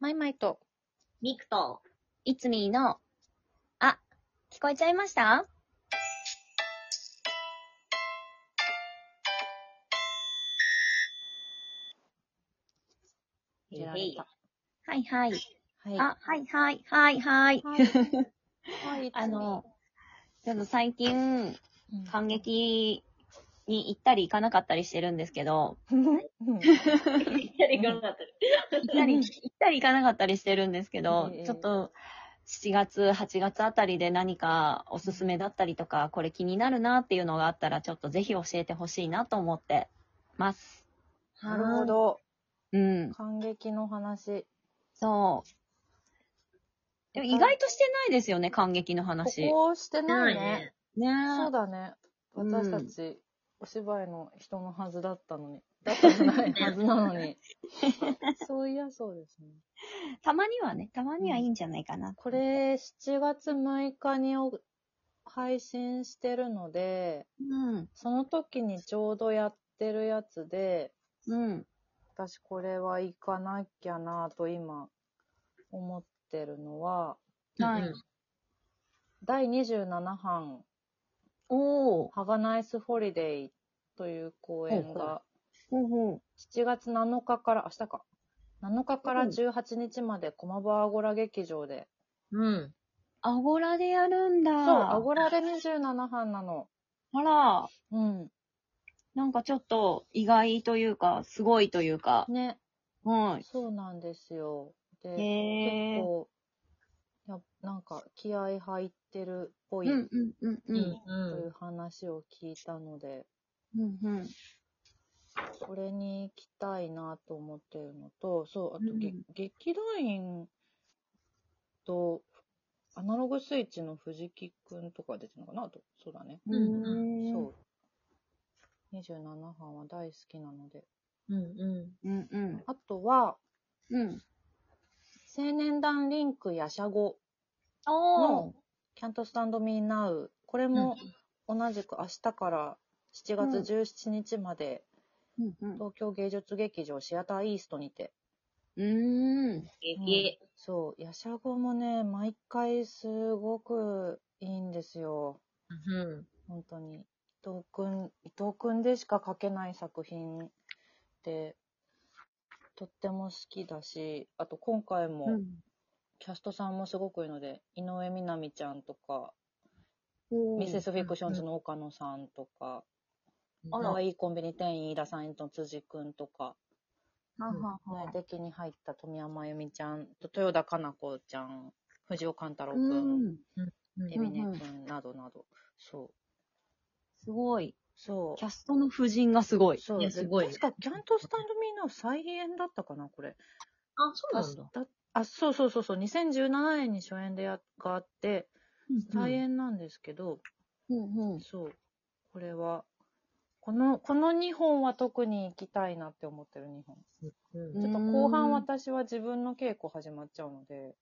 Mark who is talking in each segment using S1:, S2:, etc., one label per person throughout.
S1: マイマイと、
S2: ミクと、
S1: いつみーの、あ、聞こえちゃいました
S2: へいへい
S1: はいはい。
S3: はい。
S1: あ、はいはい、はいはい。
S3: はい、
S1: あの、ちょっと最近、
S3: うん、
S1: 感激に行ったり行かなかったりしてるんですけど、
S3: うん
S2: いきなり頑張ったり。
S1: 行ったり、行ったり行かなかったりしてるんですけど
S3: ええ、
S1: ちょっと、7月、8月あたりで何かおすすめだったりとか、これ気になるなっていうのがあったら、ちょっとぜひ教えてほしいなと思ってます。
S3: なるほど。
S1: うん。
S3: 感激の話。
S1: そう。でも意外としてないですよね、感激の話。
S3: ここをしてないね。
S1: ね
S3: そうだね。
S1: うん
S3: 私たち、お芝居の人のはずだったのに。だったじゃないはずなの に。そういや、そうですね。
S1: たまにはね、たまにはいいんじゃないかな。
S3: これ、7月6日にお配信してるので、
S1: うん。
S3: その時にちょうどやってるやつで、
S1: うん。
S3: 私これは行かなきゃなぁと今思ってるのは、
S1: はい。
S2: うん
S3: 第27版
S1: おー。
S3: ハガナイスホリデイという公演が
S1: ほうほう。
S3: 7月7日から、明日か。7日から
S1: うん
S3: 18日まで駒場アゴラ劇場で。
S2: うん。
S1: アゴラでやるんだ。
S3: そう、アゴラで27班なの。
S1: あら、
S3: うん。
S1: なんかちょっと意外というか、すごいというか。
S3: ね。
S1: は
S3: そうなんですよ。
S1: い。
S3: で、
S1: へ
S3: 結
S1: ー。
S3: 構、やなんか気合入ってるっぽ
S1: う
S3: い
S1: んうんうん
S2: う
S1: うん。
S3: とい
S2: ん
S3: う話を聞いたので、
S1: うんうん。
S3: これに行きたいなと思ってるのと、そう、あと、げ
S1: うん
S3: 劇団員と、アナログスイッチの藤木くんとか出てるのかなあと、そうだね。
S1: う
S2: うん
S1: ん。
S3: そう。27班は大好きなので。
S2: うんう
S1: うんうん。
S3: あとは、
S1: うん。
S3: 青年団リンクやしゃご
S1: おー。
S3: キャントスタンドミーナウ。これも同じく明日から7月17日まで、
S1: うんうん。
S3: 東京芸術劇場シアターイーストにて、
S1: うーん。
S2: ん。いえ。
S3: そう、ヤシャゴもね、毎回すごくいいんですよ。
S2: うん。
S3: 本当に。伊藤くん、伊藤くんでしか描けない作品って、とっても好きだし、あと今回もキャストさんもすごくいいので、井上みなみちゃんとか、
S1: うん
S3: ミセスフィクションズの岡野さんとか、
S1: あら
S3: 可愛いコンビニ店員飯田さんと辻くんとか、
S1: ははは
S3: 内的に入った富山由美ちゃんと豊田かな子ちゃん、藤岡勘太郎くん
S1: うん。
S2: うん
S3: エビネ
S1: うんうん
S3: 君などなど。そう。
S1: すごい。
S3: そ
S1: キ
S3: う。
S1: ャストの夫人がすごい。
S3: そう
S2: いやすごい
S3: 確か、キャントスタンドミーナウ再演だったかな、これ。
S2: あ、そうなんだ。
S3: だあ、そうそうそうそう。2017年に初演でやがあって、
S2: うん
S3: 再演なんですけど、
S1: うんうん。
S3: そう。これは、この、この2本は特に行きたいなって思ってる2本。
S2: うん
S3: ちょっと後半私は自分の稽古始まっちゃうので、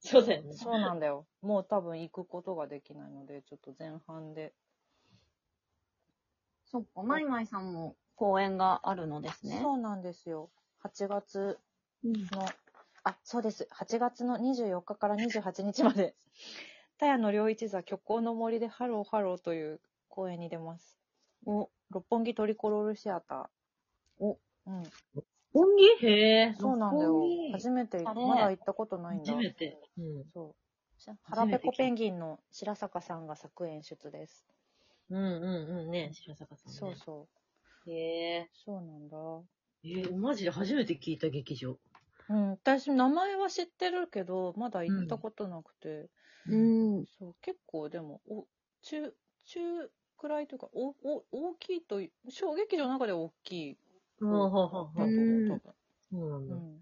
S2: そうだよね。
S3: そうなんだよ。もう多分行くことができないので、ちょっと前半で。
S1: そっか、マイマイさんも公演があるのですね。
S3: そうなんですよ。8月
S1: うん
S3: の、あ、そうです。8月の24日から28日まで、 田谷の良一座虚構の森でハローハローという公演に出ます。
S1: お、
S3: 六本木トリコロールシアター。
S1: お、
S3: うん。
S2: 本気へえ。
S3: そうなんだよ
S1: 六本木。
S3: 初めて、
S1: あれ
S3: まだ行ったことないんだ
S2: 初。めて。うん。
S3: そう。し
S2: 初
S3: 腹
S2: め
S3: ペ
S2: て聞い
S3: コ
S2: た
S3: ペンギンの白坂さんが作演出です。
S2: うんうんうんね。白坂さん。
S3: そうそう。
S2: う。へえ。
S3: そうなんだ。
S2: えー、マジで初めて聞いた劇場。
S3: うん、私、名前は知ってるけど、まだ行ったことなくて。
S1: うん。
S3: そう、結構でも、お、中、中くらいというか、お、お、大きいとい、小劇場の中で大きい。
S2: うん。ははは
S3: だと思う多
S2: そうなんだ。
S3: 分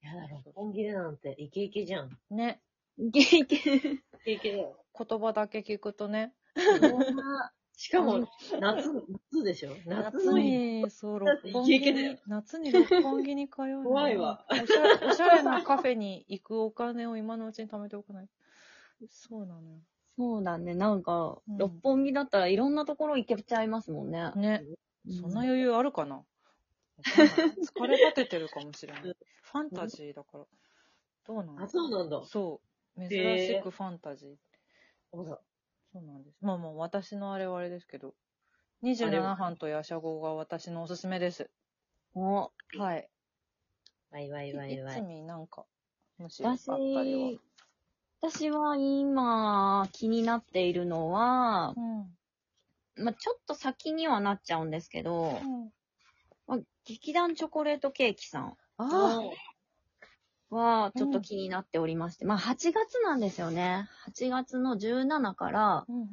S2: やだろ、本気でなんて、イケイケじゃん。
S3: うん。ね、
S1: いけいけ。
S2: イケイケだよ。
S3: 言葉だけ聞くとね、
S2: しかも、夏、夏でしょ夏
S3: 夏
S2: の日。
S3: に、 そう、六本
S2: イケ
S3: 木
S2: イケだよ
S3: に、夏に六本木に通うのは
S2: 怖いわ
S3: おしゃれ。おしゃれなカフェに行くお金を今のうちに貯めておかない。そうなのよ。
S1: そうだね、なんか、
S3: うん
S1: 六本木だったらいろんなところ行けちゃいますもんね。
S3: ね、
S2: うん
S3: そんな余裕あるかなわかんない疲れ果ててるかもしれない。ファンタジーだから。どうなん
S2: あ、そうなんだ。
S3: そう。珍
S2: へ
S3: し
S2: ー
S3: くファンタジー。
S2: あら
S3: そうなんです。まあまあ、私のあれはあれですけど。
S2: あれ
S3: 27
S2: は
S3: 班とヤシャゴが私のおすすめです。
S1: お
S3: はい。
S2: わいわいわ
S3: い
S2: いわ
S3: つ
S2: い。
S3: みなんか、もしあった
S1: 私
S3: りは。、
S1: 私は今気になっているのは、
S3: うん。
S1: まあ、ちょっと先にはなっちゃうんですけど、
S3: うん
S1: まあ、劇団チョコレートケーキさん
S3: あ
S2: ー
S1: はちょっと気になっておりまして、まあ8月なんですよね。8月の17から
S3: あ、うん。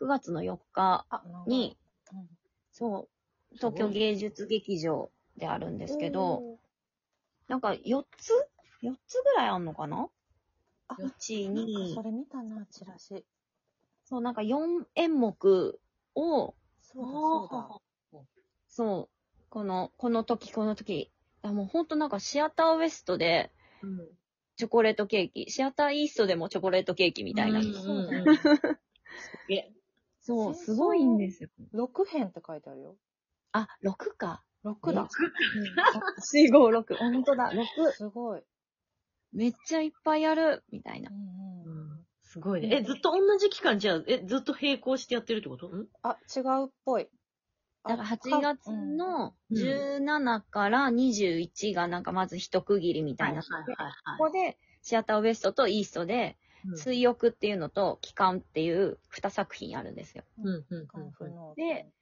S1: 9月の4日
S3: あ、
S1: に、
S3: うん、
S1: そう、東京芸術劇場であるんですけど、なんか4つ ?4 つぐらいあんのかな
S3: あ
S1: ?1、
S3: なんか
S1: 2
S3: そ、れ見たな、チラシ。
S1: そう、なんか4演目を、
S3: そうだ、そうだ。
S1: そう、この、この時、この時、あもうほんとなんかシアターウエストで、
S2: うん。
S1: チョコレートケーキ、シアターイーストでもチョコレートケーキみたいな。
S2: うん
S3: そうだ
S2: う
S3: よ
S2: ん
S3: ね。
S2: え、
S1: そう、すごいんですよ。
S3: 6編って書いてあるよ。
S1: あ、6か。
S3: 6だ。
S1: 四五 六。ほんとだ、6。
S3: すごい。
S1: めっちゃいっぱいある、みたいな
S3: う。ん
S2: う
S3: うん。
S2: んすごいね。え、ずっと同じ期間じゃあ、え、ずっと並行してやってるってことん
S3: あ、違うっぽい。
S1: だから8月の
S2: うん
S1: 17から21がなんかまず一区切りみたいな。ここで、シアターウエストとイーストで、
S2: うん
S1: 水浴っていうのと、帰還っていう2作品あるんですよ。
S2: うんうんうんうん
S3: カンフの。
S1: で、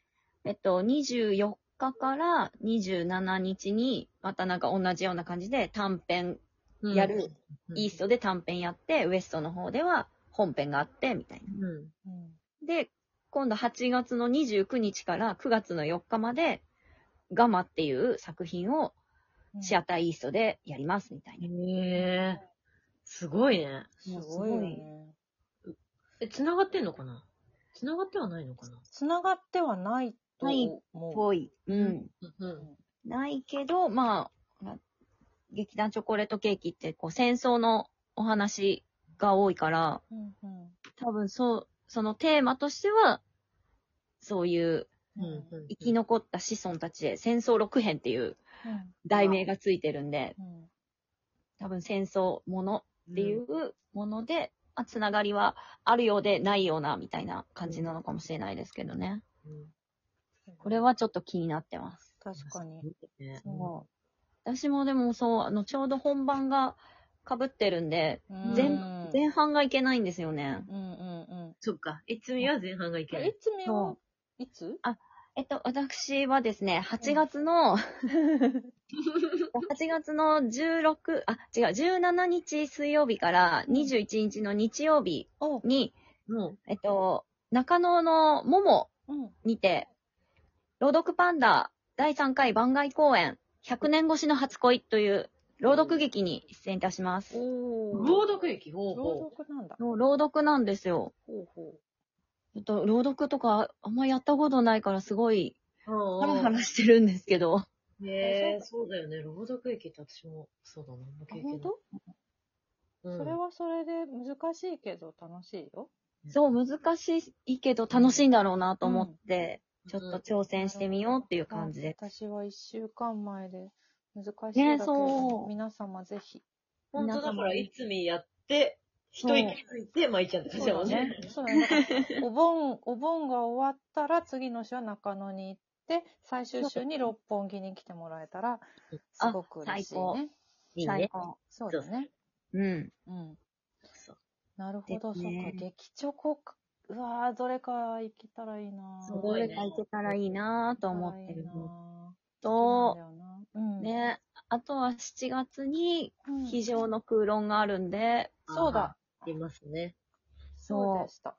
S1: えっと、24日から27日に、またなんか同じような感じで短編
S2: うん
S1: やる。
S2: うん
S1: イーストで短編やって、ウエストの方では本編があって、みたいな。
S2: うん。
S3: うん。
S1: で、今度8月の29日から9月の4日まで、ガマっていう作品を
S3: うん
S1: シアターイーストでやります、みたいな。
S2: へえ。すごいね。
S3: すごいよね。
S2: え、繋がってんのかな繋がってはないのかな
S3: 繋がってはないと思う。
S1: ぽい。うん。
S2: う
S3: うん
S2: ん。
S1: ないけど、まあ、な劇団チョコレートケーキって、こう、戦争のお話が多いから、
S3: うんうん
S1: 多分そう、そのテーマとしては、そういう
S2: うん
S3: うん
S2: うん。
S1: 生き残った子孫たちへ戦争6編っていう題名がついてるんで、
S3: うん
S1: 多分戦争もの
S2: っ
S1: っていうもので、あつながりはあるようでないようなみたいな感じなのかもしれないですけどね。これはちょっと気になってます。
S3: 確かに。。
S2: ね
S1: 私もでもそう、あの、ちょうど本番が被ってるんで、
S3: うん
S1: 全
S3: うん
S1: 前半がいけないんですよね。
S3: うんうん
S2: そっか。いつみは前半がいけ
S3: う。
S2: なんい。
S3: いつみは
S1: そ、
S3: いつ
S1: えっと、私はですね、8月の、8月の16、あ、違う、17日水曜日から21日の日曜日
S3: おう
S1: に、
S2: も
S1: えっと、中野のもも
S3: うん。
S1: にて、朗読パンダ第3回番外公演、100年越しの初恋という朗読劇に出演いたします。
S2: う、
S3: お
S2: 朗読劇方
S3: 朗
S2: 法。
S3: 読なんだ。
S1: もう朗読なんですよ。
S3: ほうほ
S1: ちょっと朗読とかあんまやったことないからすごいハラハ
S2: うん
S1: ラしてるんですけど。
S2: うん。へえ、そうだよね。朗読劇って私も、そうだな。あんま
S3: う。あ
S2: 経験
S3: 本
S2: ない
S3: 当
S2: うん
S3: それはそれで難しいけど楽しいよ。
S1: そう、難しいけど楽しいんだろうなと思って、ちょっ
S2: うん
S1: と挑戦してみようっていう感じで。
S3: 私は一週間前で難しいだけ
S1: ね
S3: ど、
S1: そう
S3: 皆様ぜひ。
S2: 本当だから、いつみやって、一
S1: そう
S2: 息ついて、まいちゃんって感じだもんね。。
S3: そうだね。お盆、お盆が終わったら次の週は中野に行って、最終週に六本木に来てもらえたら、すごく嬉しいね。
S2: いい
S1: 最
S2: ね。
S1: 高。
S3: そうだね。
S1: うん。
S3: うん。
S2: そう
S3: なるほど、
S1: です
S3: そ
S1: ね
S3: うか。劇チョコか。うわぁ、どれか行けたらいいなぁ。
S2: すごいね
S1: どれか行けたらいいなぁと思ってる
S3: 行けたらいい
S1: の
S3: なぁ好き
S1: と、
S3: なんだよなうん。
S1: ね、あとは7月に
S3: うん。
S1: 非常の空論があるんで、
S3: そうだ。
S2: ありますね。
S3: そうでした。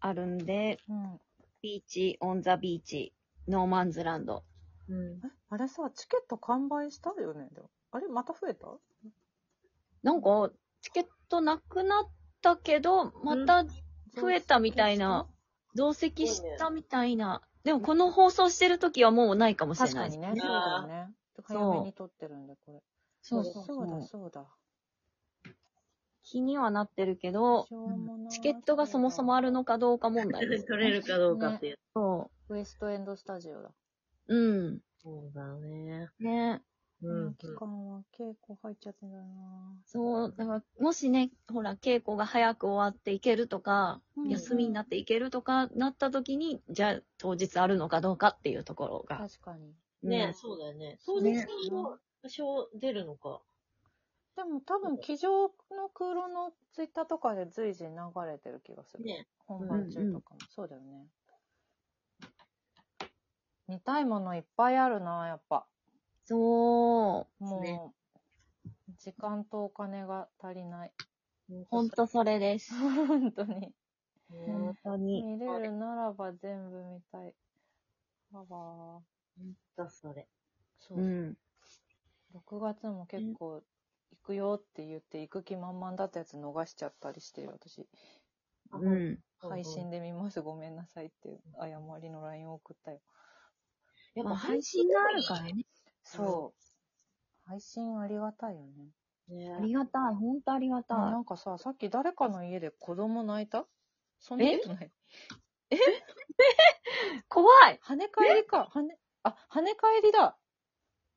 S1: あるんで、
S3: うん。
S1: ビーチ、オンザビーチ、ノーマンズランド。
S2: うん。
S3: え、あれさ、チケット完売したよね。でもあれまた増えた
S1: なんか、チケットなくなったけど、また増えたみたいな。増席したみたいな。でもこの放送してる時はもうないかもしれ
S3: 確
S1: な
S3: か
S1: い。
S3: にね。
S2: い
S3: そうだよね。
S1: そう
S3: 早めに撮ってるんで、これ。
S1: そう
S2: そ
S1: そ
S3: そ
S1: うう
S3: うだ、
S1: そう。
S3: そうだ。
S1: 気にはなってるけど
S3: し、ょうもな
S1: チケットがそもそもあるのかど うか問題です。
S2: 取れるかどうかっていう。
S1: そ
S3: ウエストエンドスタジオだ。
S1: う。うん。
S2: そうだね。
S1: ね。
S2: う
S3: うんん。期間は稽古入っちゃってんだよな。
S1: そう、だから、もしね、ほら、稽古が早く終わっていけるとか、
S3: うん
S1: 休みになっていけるとかなった時に、じゃあ当日あるのかどうかっていうところが。
S3: 確かに。
S2: ね
S1: うん
S2: そうだよね。
S3: そう
S2: 当日
S3: ね
S2: の多少出るのか。
S3: でも多分、机上の空論のツイッターとかで随時流れてる気がする。
S2: ね
S3: 本番中とかも。そうだよね。見たいものいっぱいあるな、やっぱ。
S1: そう。
S3: もう、
S1: ね
S3: 時間とお金が足りない。
S1: ほんとそれです。
S3: 本当に。
S2: うん
S1: 本当に。
S3: 見れるならば全部見たい。あわー
S2: だ、それ。
S3: そう
S1: う。ん。
S3: 6月も結構、行くよって言って、行く気満々だったやつ逃しちゃったりしてる、私。
S1: うん。
S2: うん
S3: 配信で見ます、ごめんなさいって、謝りの LINE を送ったよ。
S2: やっ
S1: まあ、
S2: ぱ
S1: 配信があるからね。
S3: そう。配信ありがたいよね。
S1: あ
S2: ら
S1: り
S2: ね。
S1: がたい。ほんとありがたい。
S3: なんかさ、さっき誰かの家で子供泣いたそんなことない。
S1: 怖い。
S3: 跳ね返りか、跳ね、あ、跳ね返りだ。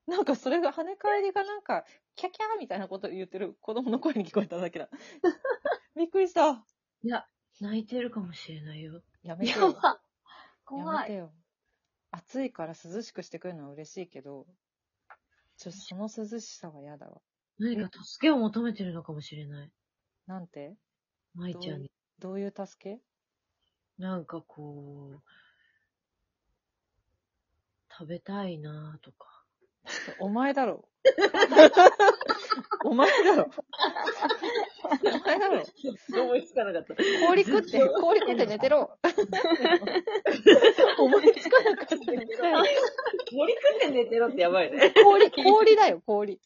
S3: なんかそれが、跳ね返りがなんか、キャキャーみたいなこと言ってる子供の声に聞こえただ けだ。びっくりした。
S2: 泣いてるかもしれないよ。
S3: やめて
S1: や
S3: よ。
S1: ば。
S3: や
S1: 怖
S3: めて
S1: い。
S3: よ。暑いから涼しくしてくれるのは嬉しいけど、ちょ、その涼しさは嫌だわ。
S2: 何か助けを求めてるのかもしれない。
S3: なんて
S2: 舞ちゃんに。
S3: どういう助け
S2: なんかこう、食べたいなとか。
S3: お前だ ろ。お前だろ。お前だろ。
S2: 思いつかなかった。
S3: 氷食って、氷食って寝てろ。思いつかなかった。
S2: 森くんで寝てろってやばいね。
S3: 氷、氷だよ、氷。